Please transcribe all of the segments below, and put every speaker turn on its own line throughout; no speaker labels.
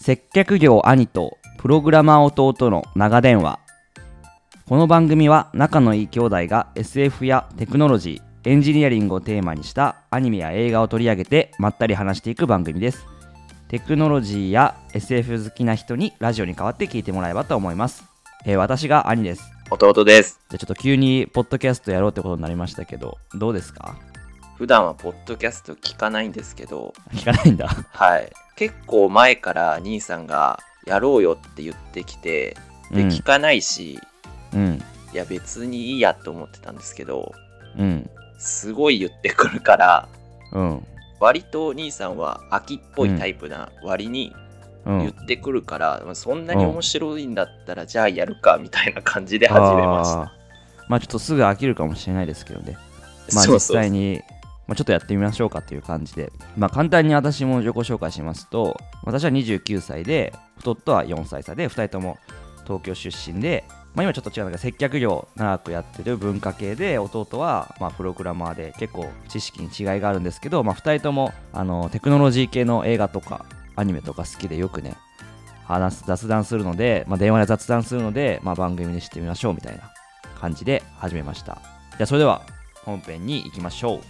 接客業兄とプログラマー弟の長電話この番組は仲のいい兄弟が SF やテクノロジーエンジニアリングをテーマにしたアニメや映画を取り上げてまったり話していく番組ですテクノロジーや SF 好きな人にラジオに代わって聞いてもらえばと思います、えー私が兄です
弟です。
じゃあちょっと急にポッドキャストやろうってことになりましたけどどうですか
普段はポッドキャスト聞かないんですけど、
聞かないんだ
はい。結構前から兄さんがやろうよって言ってきて、
う
で、
ん
聞かないし、
うん
いや別にいいやと思ってたんですけど、
うん
すごい言ってくるから、
うん
割と兄さんは秋っぽいタイプな割に
うん
言ってくるから、まあそんなに面白いんだったらじゃあやるかみたいな感じで始めました。
あーまあちょっとすぐ飽きるかもしれないですけどね。まあ
そう
実
そう
際にまあちょっとやってみましょうかという感じで、まあ、簡単に私も自己紹介しますと私は29歳で太っとは4歳差で2人とも東京出身で、まあ、今ちょっと違うんだけど接客業長くやってる文化系で弟はまあプログラマーで結構知識に違いがあるんですけど、まあ、2人ともあのテクノロジー系の映画とかアニメとか好きでよくね話す雑談するので、まあ、電話で雑談するので、まあ、番組にしてみましょうみたいな感じで始めましたじゃあそれでは本編に行きましょう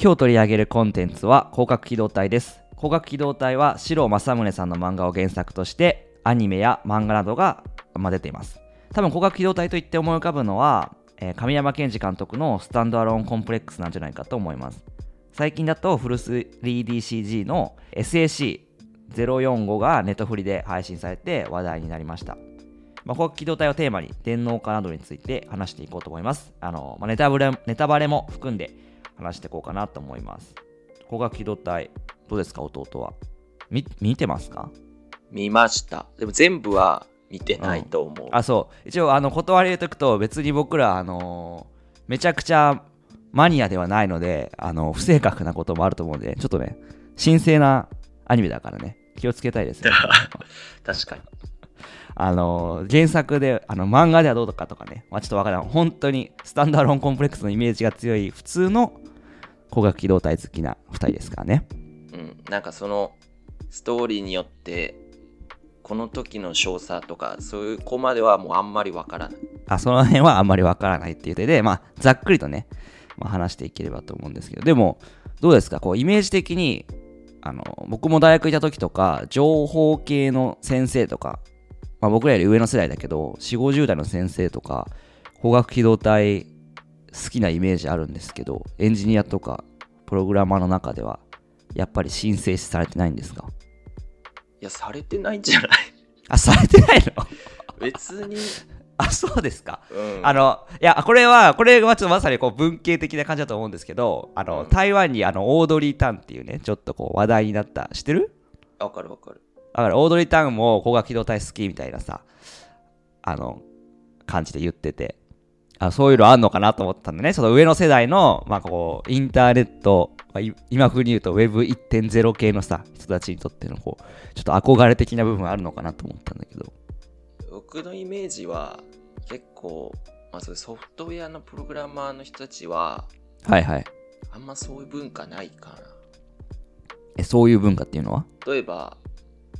今日取り上げるコンテンツは広角機動隊です広角機動隊は白正宗さんの漫画を原作としてアニメや漫画などがまあ出ています多分広角機動隊と言って思い浮かぶのは、えー神山健二監督のスタンドアローンコンプレックスなんじゃないかと思います最近だとフル 3DCG の SAC045 がネットフリで配信されて話題になりました。まあ、ここ機動隊をテーマに電脳化などについて話していこうと思います。あのまあ、ネタブレネタバレも含んで話していこうかなと思います。ここが機動隊、どうですか弟は。み見てますか
見ました。でも全部は見てないと思う。
あそう一応あの断り入れとくと別に僕らあのーめちゃくちゃマニアではないのであの不正確なこともあると思うんでちょっとね神聖なアニメだからね気をつけたいですよ
確かに。
あのー原作であの漫画ではどうとかとかね、まあ、ちょっとわからん本当にスタンダーローンコンプレックスのイメージが強い普通の工学機動隊好きな2人ですからね
うん、なんかそのストーリーによってこの時の少佐とかそういう子まではもうあんまりわからない。
あその辺はあんまりわからないっていう手で、まあ、ざっくりとね、まあ、話していければと思うんですけどでもどうですかこうイメージ的にあの僕も大学いた時とか情報系の先生とか、まあ、僕らより上の世代だけど4 5 0代の先生とか工学機動隊好きなイメージあるんですけどエンジニアとかプログラマーの中ではやっぱり申請されてないんですか
いや、されてないんじ ゃない
あされてないの
別に、
あそうですか
うん、
あの、いや、これは、これはちょっとまさにこう文系的な感じだと思うんですけど、あの、
うん
台湾にあの、オードリー・タンっていうね、ちょっとこう話題になった、知ってる
わかるわかる。
だから、オードリー・タンも高学機動隊好きみたいなさ、あの、感じで言ってて、あそういうのあんのかなと思ったんでね、その上の世代の、まあ、こう、インターネット、まあい今風に言うと Web1.0 系のさ、人たちにとってのこう、ちょっと憧れ的な部分あるのかなと思ったんだけど、
僕のイメージは結構、まあ、そういうソフトウェアのプログラマーの人たちは
はいはい。
あんまそういう文化ないかな。
え、そういう文化っていうのは
例えば、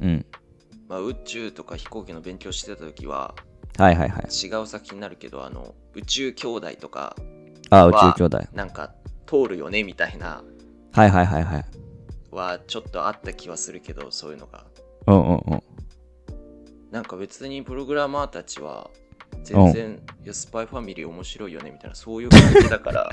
うん。
まあ、宇宙とか飛行機の勉強してた時は
はいはいはい。
違う作品になるけどあの宇宙兄弟とか
あ、宇
は
宙兄弟。
なんか通るよねみたいな
はいはいはいはい。
はちょっとあった気はするけどそういうのが
うんうんうん。
なんか別にプログラマーたちは全然、いやスパイファミリー面白いよねみたいなそういう感じだから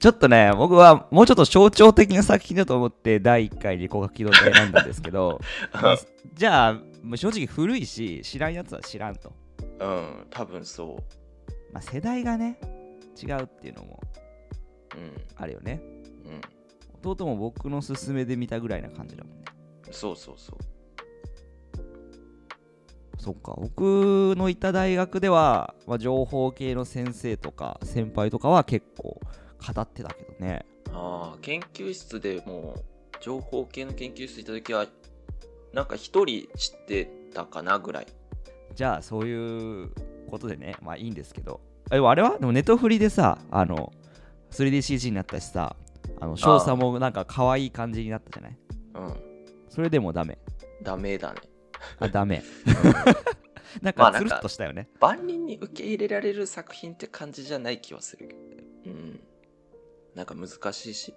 ちょっとね、僕はもうちょっと象徴的な作品だと思って、第1回に高学機動隊選んだんですけ ど、まあじゃあ、もう正直古いし、知らんやつは知らんと。
うん多分そ
まあ、世代がね、違うっていうのも
うう
あるよね。
んうん
弟も僕の勧めで見たぐらいな感じだもんね。
そうそうそう
そっか、僕のいた大学では、まあ、情報系の先生とか先輩とかは結構語ってたけどね。
ああ研究室でもう情報系の研究室行った時はなんか一人知ってたかなぐらい
じゃあそういうことでねまあいいんですけどあでもあれはでもネトフリでさあの 3DCG になったしさあの少佐もなんか可愛い感じになったじゃない
うん。
それでもダメ
ダメだね。
あダメなん
まあ
か
なん
つ
か
るっとしたよね、
万人に受け入れられる作品って感じじゃない気はするけど。うん。なんか難しいし。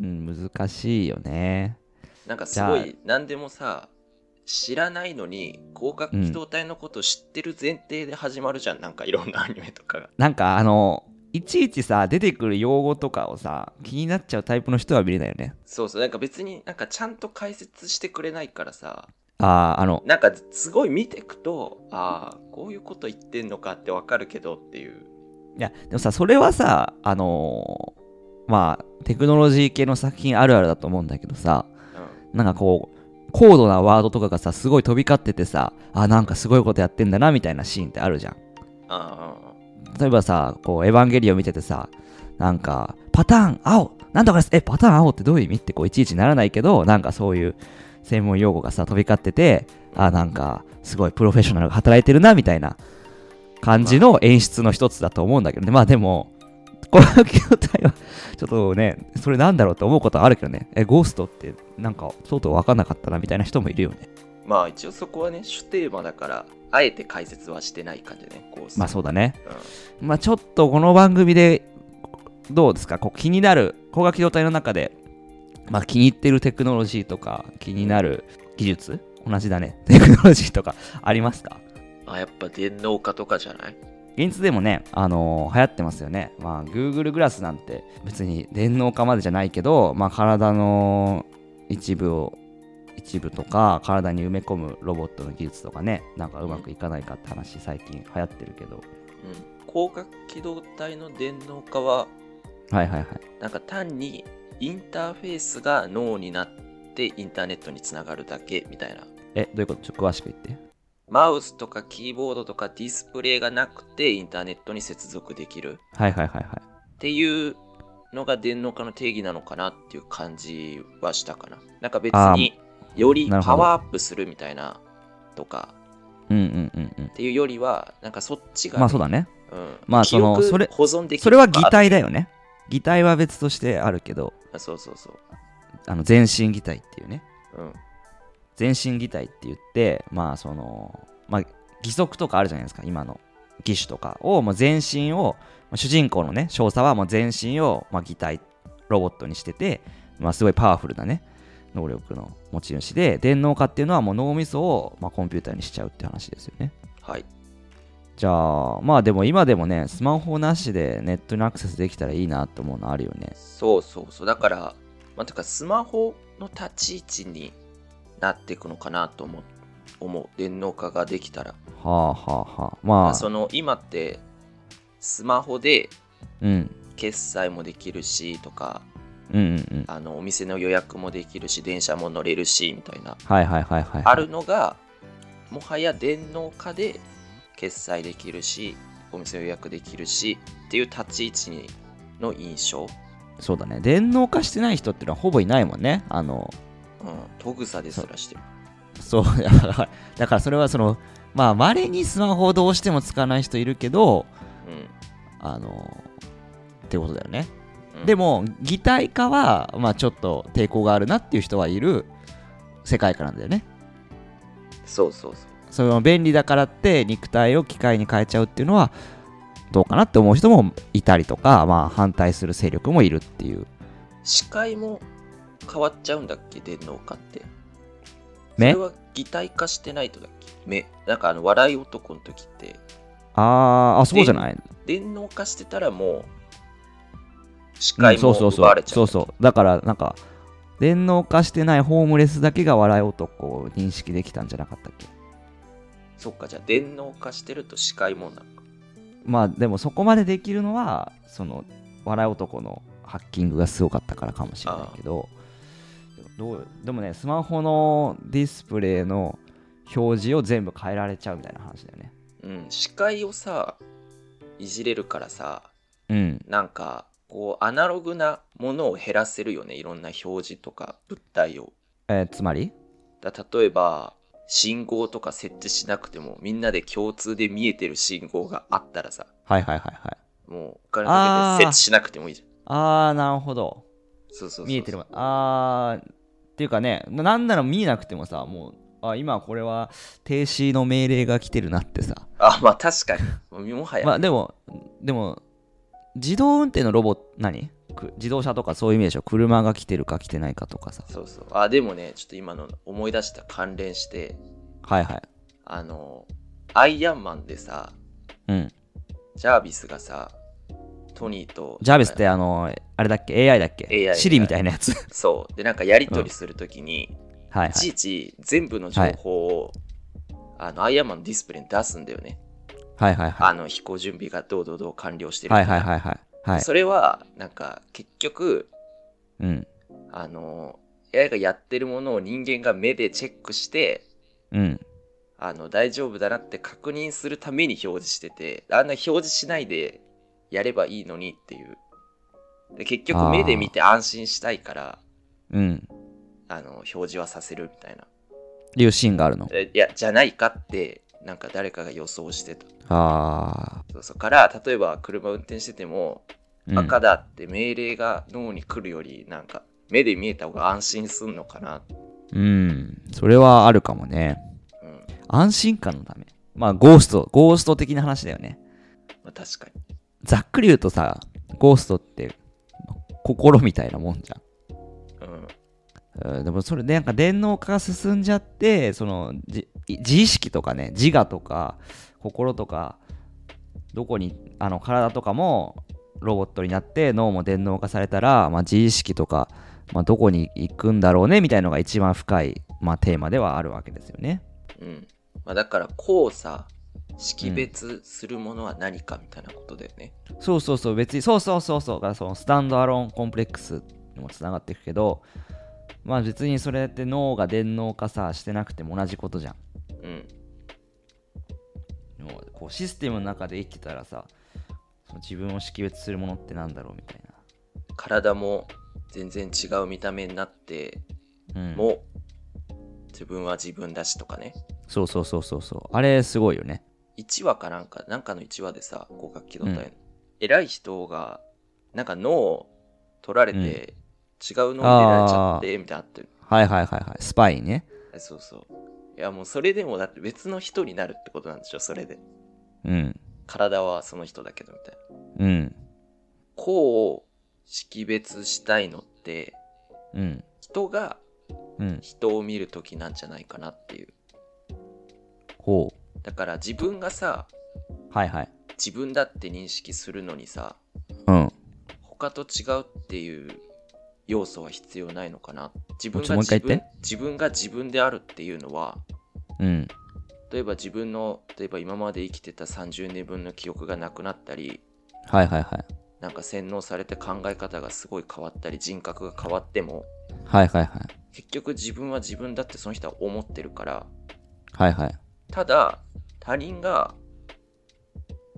うん難しいよね
なんかすご
じ
い何でもさ知らないのに合格機動隊のこと知ってる前提で始まるじゃん、なんかいろんなアニメとかが
なんかあのいちいちさ出てくる用語とかをさ気になっちゃうタイプの人は見れないよね
そうそうなんか別になんかちゃんと解説してくれないからさ
あああの
なんかすごい見てくとああこういうこと言ってんのかってわかるけどっていう
いやでもさそれはさあのーまあテクノロジー系の作品あるあるだと思うんだけどさ
う
なんかこう高度なワードとかがさすごい飛び交っててさあなんかすごいことやってんだなみたいなシーンってあるじゃん
んあ
例えばさこう「エヴァンゲリオン」見ててさなんかパターン青なんとかですえパターン青ってどういう意味ってこういちいちならないけどなんかそういう専門用語がさ飛び交っててあなんかすごいプロフェッショナルが働いてるなみたいな感じの演出の一つだと思うんだけどねまあでもこの筐体はちょっとねそれなんだろうって思うことはあるけどねえゴーストってなんか相当分かんなかったなみたいな人もいるよね
あまあ一応そこはね主テーマだからあえて解説はしてない感じねこう
まあそうだね
うん
まあ、ちょっとこの番組でどうですかこう気になる光学機動隊の中で、まあ、気に入ってるテクノロジーとか気になる技術同じだね テクノロジーとかありますか
あやっぱ電脳化とかじゃない
現実でもね、あのー流行ってますよね。まあ、Google グラスなんて別に電脳化までじゃないけど、まあ、体の一部を、一部とか、体に埋め込むロボットの技術とかね、なんかうまくいかないかって話、最近流行ってるけど。
うん光学機動隊の電脳化は
はいはいはい。
なんか単にインターフェースが脳になってインターネットにつながるだけみたいな。
え、どういうことちょっと詳しく言って。
マウスとかキーボードとかディスプレイがなくてインターネットに接続できる
はいはいはいはい。
っていうのが電脳化の定義なのかなっていう感じはしたかな。なんか別
あー
により
なるほど
パワーアップするみたいなとか
うんうんうんうん
っ。ていうよりはなんかそっちが、
まあそうだね。
うん、
まあその
記憶
それ
保存できる
それは擬
とか
態だよね。擬態は別としてあるけど、
あそうそうそう。
あの全身擬態っていうね。
うん
全身擬態って言って、まあその、まあ義足とかあるじゃないですか、今の義手とかを、もう全身を、まあ主人公のね、少佐はもう全身を、まあ、擬態、ロボットにしてて、まあすごいパワフルなね、能力の持ち主で、電脳化っていうのはもう脳みそを、まあ、コンピューターにしちゃうって話ですよね。
はい。
じゃあまあでも今でもねスマホなしでネットにアクセスできたらいいなと思うのあるよね
そうそうそう。だから、まあ、てかスマホの立ち位置になっていくのかなと思う。思う電脳化ができたら。
はあはあはあまあ
その今ってスマホで
うん
決済もできるしとか、
うんうんうん
あのお店の予約もできるし、電車も乗れるしみたいな。
はいはいはいはい
あるのが、もはや電脳化で決済できるし、お店予約できるしっていう立ち位置にの印象。
そうだね電脳化してない人っていうのはほぼいないもんねあの
うん、とぐさですらしてる。
そう だからだからそれはそのまあ稀にスマホをどうしても使わない人いるけど
うん
あのってことだよね
うん
でも擬態化はまあちょっと抵抗があるなっていう人はいる世界観なんだよね
そうそうそう。
その便利だからって肉体を機械に変えちゃうっていうのはどうかなって思う人もいたりとか、まあ、反対する勢力もいるっていう
視界も変わっちゃうんだっけ電脳化って
目
それは擬態化してないとだっけ目なんかあの笑い男の時って
あーあそうじゃない
電脳化してたらもう視
うん
界
そ
も
うそう
奪
そ
わ
う
れちゃう,、
そうそうだからなんか電脳化してないホームレスだけが笑い男を認識できたんじゃなかったっけ
そっかじゃあ電脳化してると視界もなのか
まあでもそこまでできるのはその笑い男のハッキングがすごかったからかもしれないけどでもどうでもねスマホのディスプレイの表示を全部変えられちゃうみたいな話だよね
うん視界をさいじれるからさ
うん
なんかこうアナログなものを減らせるよねいろんな表示とか物体を
えーつまり
だ例えば信号とか設置しなくてもみんなで共通で見えてる信号があったらさ
はいはいはいはい
もうお金かけて設
あー
置しなくてもいいじ
あーなるほど
そうそうそう
見えてるもんあーっていうかねななんなら見えなくてもさもうあ今これは停止の命令が来てるなってさ
あまあ確かにもうもはや、
まあでもでも自動運転のロボ何く自動車とかそういうイメージでしょ車が来てるか来てないかとかさ
そうそうあでもねちょっと今の思い出した関連して
はいはい
あのアイアンマンでさ
うん
ジャービスがさトニーと
ジャービスってあのあれだっけ AI だっけ
AI
シリみたいなやつはい
そうでなんかやり取りするときに、
はい
いちいち全部の情報を、あのアイアンマンのディスプレイに出すんだよね、
はいはいは
あの飛行準備がどうどうどう完了して
い
る
はいはいはいはいはい
それはなんか結局
うん
あの AI がやってるものを人間が目でチェックして
うん
あの大丈夫だなって確認するために表示しててあんな表示しないでやればいいのにっていうで結
あ
局
ー
目で見て安心したいから
うん
あの表示はさせるみたいな
いうシーンがあるの
えいやじゃないかってなんか誰かが予想してた
あ
そうそうから例えば車運転してても
ー、うん、
赤だって命令が脳に来るよりなんか目で見えた方が安心すんのかな、
うんそれはあるかもね
うん
安心感のためまあゴーストゴースト的な話だよね
まあ、確かに
ざっくり言うとさゴーストってまあ心みたいなもんじゃん
うん
うんでもそれでなんか電脳化が進んじゃってそのじ自意識とかね自我とか心とかどこにあの体とかもロボットになって脳も電脳化されたら、まあ、自意識とか、まあ、どこに行くんだろうねみたいのが一番深い、まあ、テーマではあるわけですよね。
うんまあ、だからこうさ識別するものは何かみたいなことだよね、
そうそうそう別にそうそうそうそうだからそのスタンドアローンコンプレックスにもつながっていくけどまあ別にそれって脳が電脳化さしてなくても同じことじゃん。
うん
もうこうシステムの中で生きてたらさその自分を識別するものってなんだろうみたい
体も全然違う見た目になって
な、うん、
も自分は自分だしとかね
そうそうそうそうそうあれすごいよね
1話かなんかなんかの1話でさ合格機動隊の、偉い人がなんか脳を取られて、
うん
違う脳を入れられちゃってみたいなのあって
はいはいはいはいスパイね
そうそういやもうそれでもだって別の人になるってことなんでしょそれで
うん
体はその人だけどみたいな
うん
こを識別したいのって
うん
人が
うん
人を見るときなんじゃないかなっていう
ほう
だから自分がさ
はいはい
自分だって認識するのにさ
うん
他と違うっていう要素は必要ないのかな自分
ちょ
が
もう一
自
回言っ
分
て
自分が自分であるっていうのは
うん
例えば自分の例えば今まで生きてた30年分の記憶がなくなったり
はいはいはい
なんか洗脳されて考え方がすごい変わったり人格が変わっても
はいはいはい
結局自分は自分だってその人は思ってるから
はいはい
ただ他人が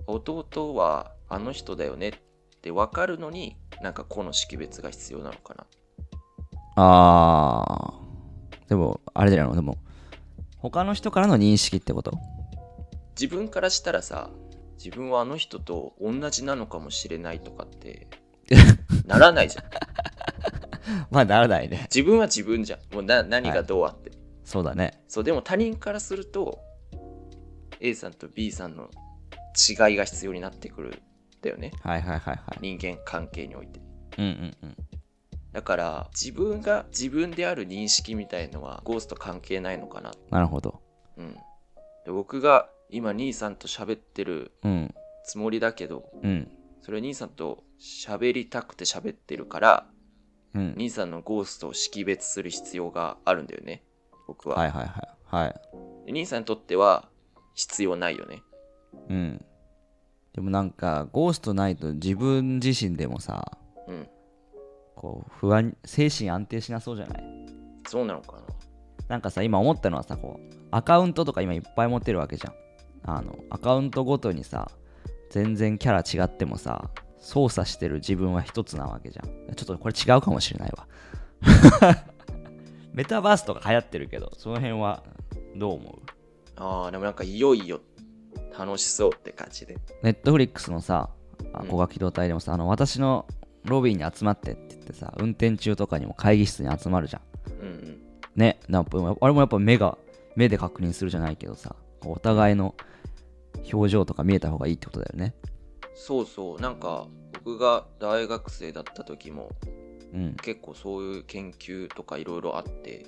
弟はあの人だよねって分かるのになんかこの識別が必要なのかな
あーでもあれじゃないのでも他の人からの認識ってこと
自分からしたらさ自分はあの人と同じなのかもしれないとかってならないじゃん
まあならないね
自分は自分じゃんもうな何がどうあって、
そうだね
そうでも他人からすると A さんと B さんの違いが必要になってくるんだよね
はいはいはいはい
人間関係において
うんうんうん
だから自分が自分である認識みたいのはゴースト関係ないのかな
なるほど
うんで僕が今兄さんと喋ってる
うん
つもりだけど
うん
それは兄さんと喋りたくて喋ってるから
うん
兄さんのゴーストを識別する必要があるんだよね僕は、
はいはいはいはい
で兄さんにとっては必要ないよね
うんでもなんかゴーストないと自分自身でもさ
うん
こう不安精神安定しなそうじゃない
そうなのかな
なんかさ今思ったのはさこうアカウントとか今いっぱい持ってるわけじゃんあのアカウントごとにさ全然キャラ違ってもさ操作してる自分は一つなわけじゃんちょっとこれ違うかもしれないわ メタバースとか流行ってるけどその辺はどう思う
あーでもなんかいよいよ楽しそうって感じで
ネットフリックスのさ、あ
うん
小垣動体でもさ、あの私のロビーに集まってって言ってさ運転中とかにも会議室に集まるじゃん
うん
ねなんかあれもやっぱ目が目で確認するじゃないけどさこうお互いの表情とか見えた方がいいってことだよね
そうそうなんか僕が大学生だった時も
うん
結構そういう研究とかいろいろあって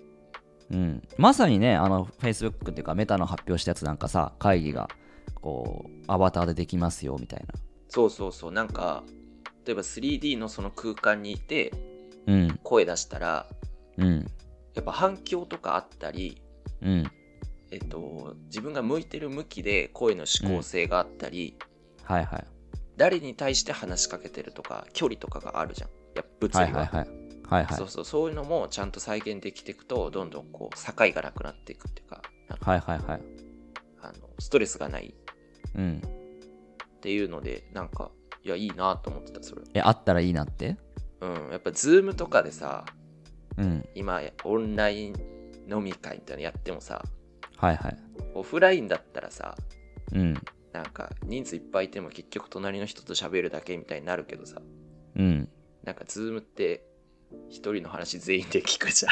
うんまさにねあの Facebook っていうかメタの発表したやつなんかさ会議がこうアバターでできますよみたい
そうそうそうなんか例えば 3D のその空間にいて
なうん
声出したら
うん
やっぱ反響とかあったり
うん
えっと、自分が向いてる向きで声の指向性があったり、
はいはい
誰に対して話しかけてるとか距離とかがあるじゃんやっぱ物理は,、
はいはいはいはいはい
そうそうそういうのもちゃんと再現できていくとどんどんこう境がなくなっていくっていうかあの
はいはいはい
あのストレスがない
うん
っていうのでなんかいやいいなと思ってたそれ
えあったらいいなって
うんやっぱ Zoom とかでさ
うん
今オンライン飲み会みたいなのやってもさ
はいはい
オフラインだったらさ
うん
なんか人数いっぱいいても結局隣の人と喋るだけみたいになるけどさ
うん
なんかズームって一人の話全員で聞くじゃん。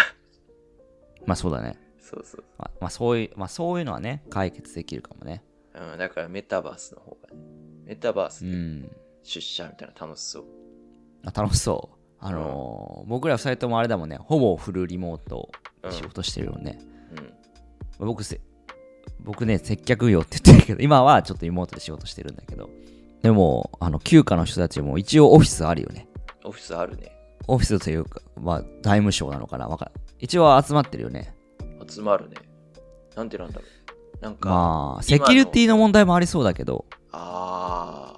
まあそうだね
そうそう。
まあまあそういうまあそういうのはね解決できるかもね
うん、だからメタバースの方が、ね、メタバース
う
で
ん
出社みたいなの楽しそう。
あ楽しそうあのー僕ら2人ともあれだもんねほぼフルリモート
うん。
仕事してるよね、
うん、
まあ僕せ僕ね接客業って言ってるけど今はちょっとリモートで仕事してるんだけどでもあの休暇の人たちも一応オフィスあるよね
オフィスあるね。
オフィスというかまあ財務省なのかなわかん一応集まってるよね
集まるね。なんてなんだろう。なんか、
まあセ
今の
キュリティの問題もありそうだけど
あ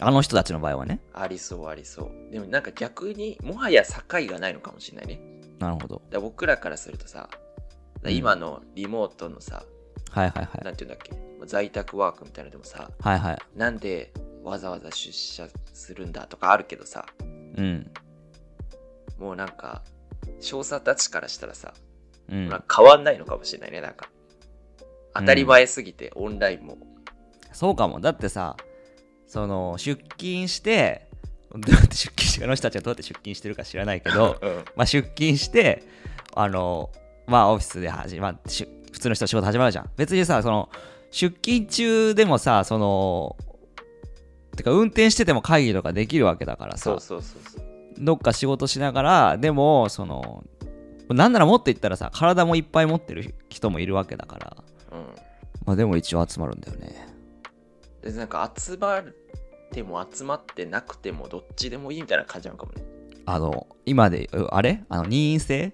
あの人たちの場合はね
あ、ありそうありそう。でもなんか逆にもはや境がないのかもしれないね。だか
なるほど
ら僕らからすると
う
さ、
ん
今のリモートのさ、
はいはいはい
なんていうんだっけ、在宅ワークみたいなのでもさ、
はいはい
なんでわざわざ出社するんだとかあるけどさ、
うん
もうなんか少佐たちからしたらさ、
うん
なんか変わんないのかもしれないねなんか当たり前すぎて、オンライ ンも
そうかもだってさその出勤してどうやって出勤してあの人たちはどうやって出勤してるか知らないけど
うん
まあ、出勤して、あの、まあ、オフィスで始まって、し普通の人の仕事始まるじゃん。別にさ、その、出勤中でもさ、その、てか、運転してても会議とかできるわけだから
そ
さ
う、そうそうそう
どっか仕事しながら、でも、その、なんならもっと言ったらさ、体もいっぱい持ってる人もいるわけだから、
うん
まあ、でも一応集まるんだよね。
でなんか集まっても集まってなくてもどっちでもいいみたいな感じなのかもね
あの、今で、うあれあの、任意制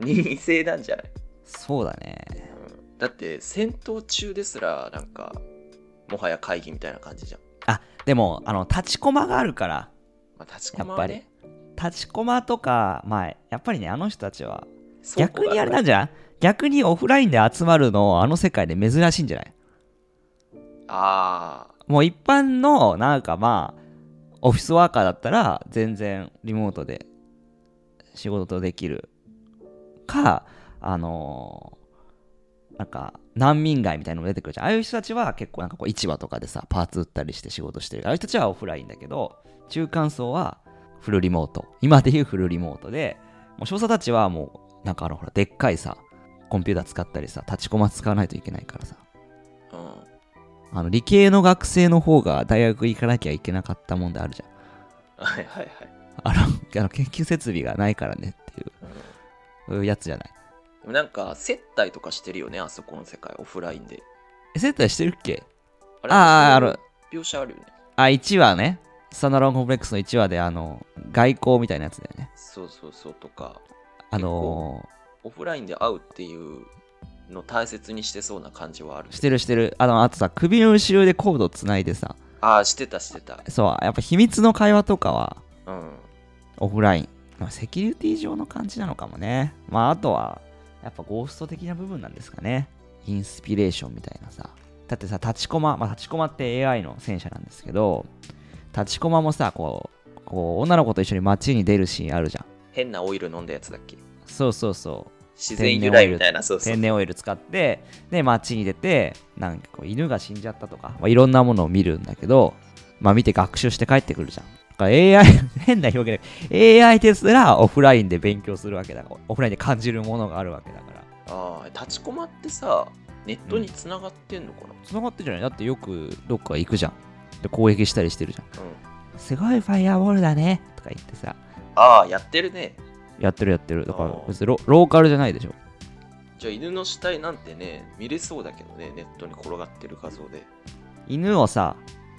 任意性なんじゃない、
そうだね。
うん、だって戦闘中ですらなんかもはや会議みたいな感じじゃん、
あ、でも、あの、立ちコマがあるから、
まあ、立ちこまはね
立ちコマとか、まあ、やっぱりね、あの人たちは、
倉庫
逆
が
にあれなんじゃない逆にオフラインで集まるの、あの世界で珍しいんじゃない
あ
もう一般の、なんかまあ、オフィスワーカーだったら、全然リモートで仕事できるか、あのーなんか、難民街みたいなのも出てくるじゃん。ああいう人たちは結構なんかこう市場とかでさ、パーツ売ったりして仕事してる。ああいう人たちはオフラインだけど、中間層はフルリモート。今でいうフルリモートで、もう少佐たちはもう、なんかあの、ほら、でっかいさ、コンピューター使ったりさ、立ちコマ使わないといけないからさ。
あうん
あの理系の学生の方が大学行かなきゃいけなかったもんであるじゃん。
はいはいはい
あの、あの研究設備がないからねっていう
うん
そういうやつじゃない。
でもなんか接待とかしてるよねあそこの世界オフラインで
え、接待してるっけ
あ
ああ、ある。
描写あるよね
あ、1話ね。スタンダローンコンプレックスの1話で、あの、外交みたいなやつだよね。
そうそうそうとか
あの
オフラインで会うっていうの大切にしてそうな感じはある
ー、してるしてる。あの、あとさ、首の後ろでコードつないでさ、
ああしてたしてた
そう、やっぱ秘密の会話とかは
うん
オフライン。まあセキュリティ上の感じなのかもね。まあ、あとは、やっぱゴースト的な部分なんですかね。インスピレーションみたいなさ。だってさ、立ちコマ、まあ、立ちコマって AI の戦車なんですけど、立ちコマもさ、こう、こう女の子と一緒に街に出るシーンあるじゃん。
変なオイル飲んだやつだっけ
そうそうそう。
自然由来みたいなそうそう
天然オイル使って、で、街に出て、なんかこう、犬が死んじゃったとか、まあ、いろんなものを見るんだけど、まあ見て学習して帰ってくるじゃん。だから AI、 変な表現だ AI ですらオフラインで勉強するわけだからオフラインで感じるものがあるわけだから
ああ立ちこまってさネットにつながってんのかな
つながってんじゃないだってよくどっか行くじゃんで攻撃したりしてるじゃ
うん、
んすごいファイアボールだねとか言ってさ
ああやってるね
やってるやってるだか
あ
ら
ー
別にロローカルじゃないでしょ
じゃあ犬の死体なんてね見れそうだけどねネットに転がってる画像で
犬をさ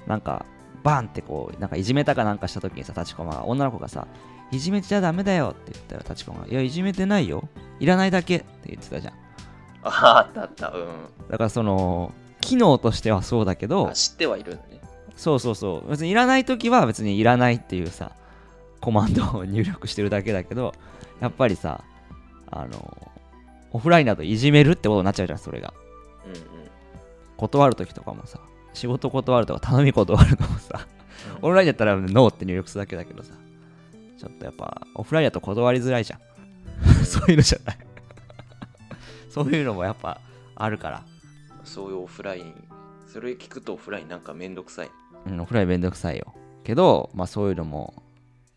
なんかバンってこうなんかいじめたかなんかした時にさ立ちこまが女の子がさ「いじめちゃダメだよ」って言ったよ立ちこまが「いやいじめてないよいらないだけ」って言ってたじゃん
あああったあったうん
だからその機能としてはそうだけど
あ知ってはいるんだね
そうそうそう別にいらない時は別にいらないっていうさコマンドを入力してるだけだけどやっぱりさあのオフラインだといじめるってことになっちゃうじゃんそれが
うんうん
断る時とかもさ仕事断るとか頼み断るのもさオンラインだったらノーって入力するだけだけどさちょっとやっぱオフラインだと断りづらいじゃん そういうのじゃないそういうのもやっぱあるから、
そういうオフラインそれ聞くとオフラインなんかめんどくさい
うん、オフラインめんどくさいよけどまあそういうのも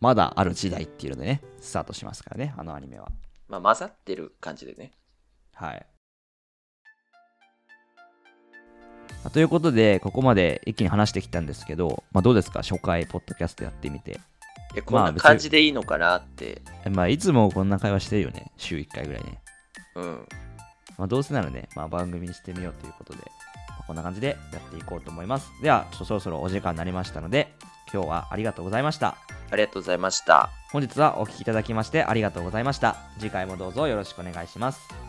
まだある時代っていうのでねスタートしますからねあのアニメは
まあ混ざってる感じでね
はいまあということでここまで一気に話してきたんですけど、まあ、どうですか初回ポッドキャストやってみて
えこんな感じでいいのかなって、
まあいつもこんな会話してるよね週1回ぐらいね
うん
まあ、どうせならね、まあ、番組にしてみようということで、まあこんな感じでやっていこうと思います。では、ちょっとそろそろお時間になりましたので、今日はありがとうございました。
ありがとうございました
本日はお聴きいただきましてありがとうございました。次回もどうぞよろしくお願いします。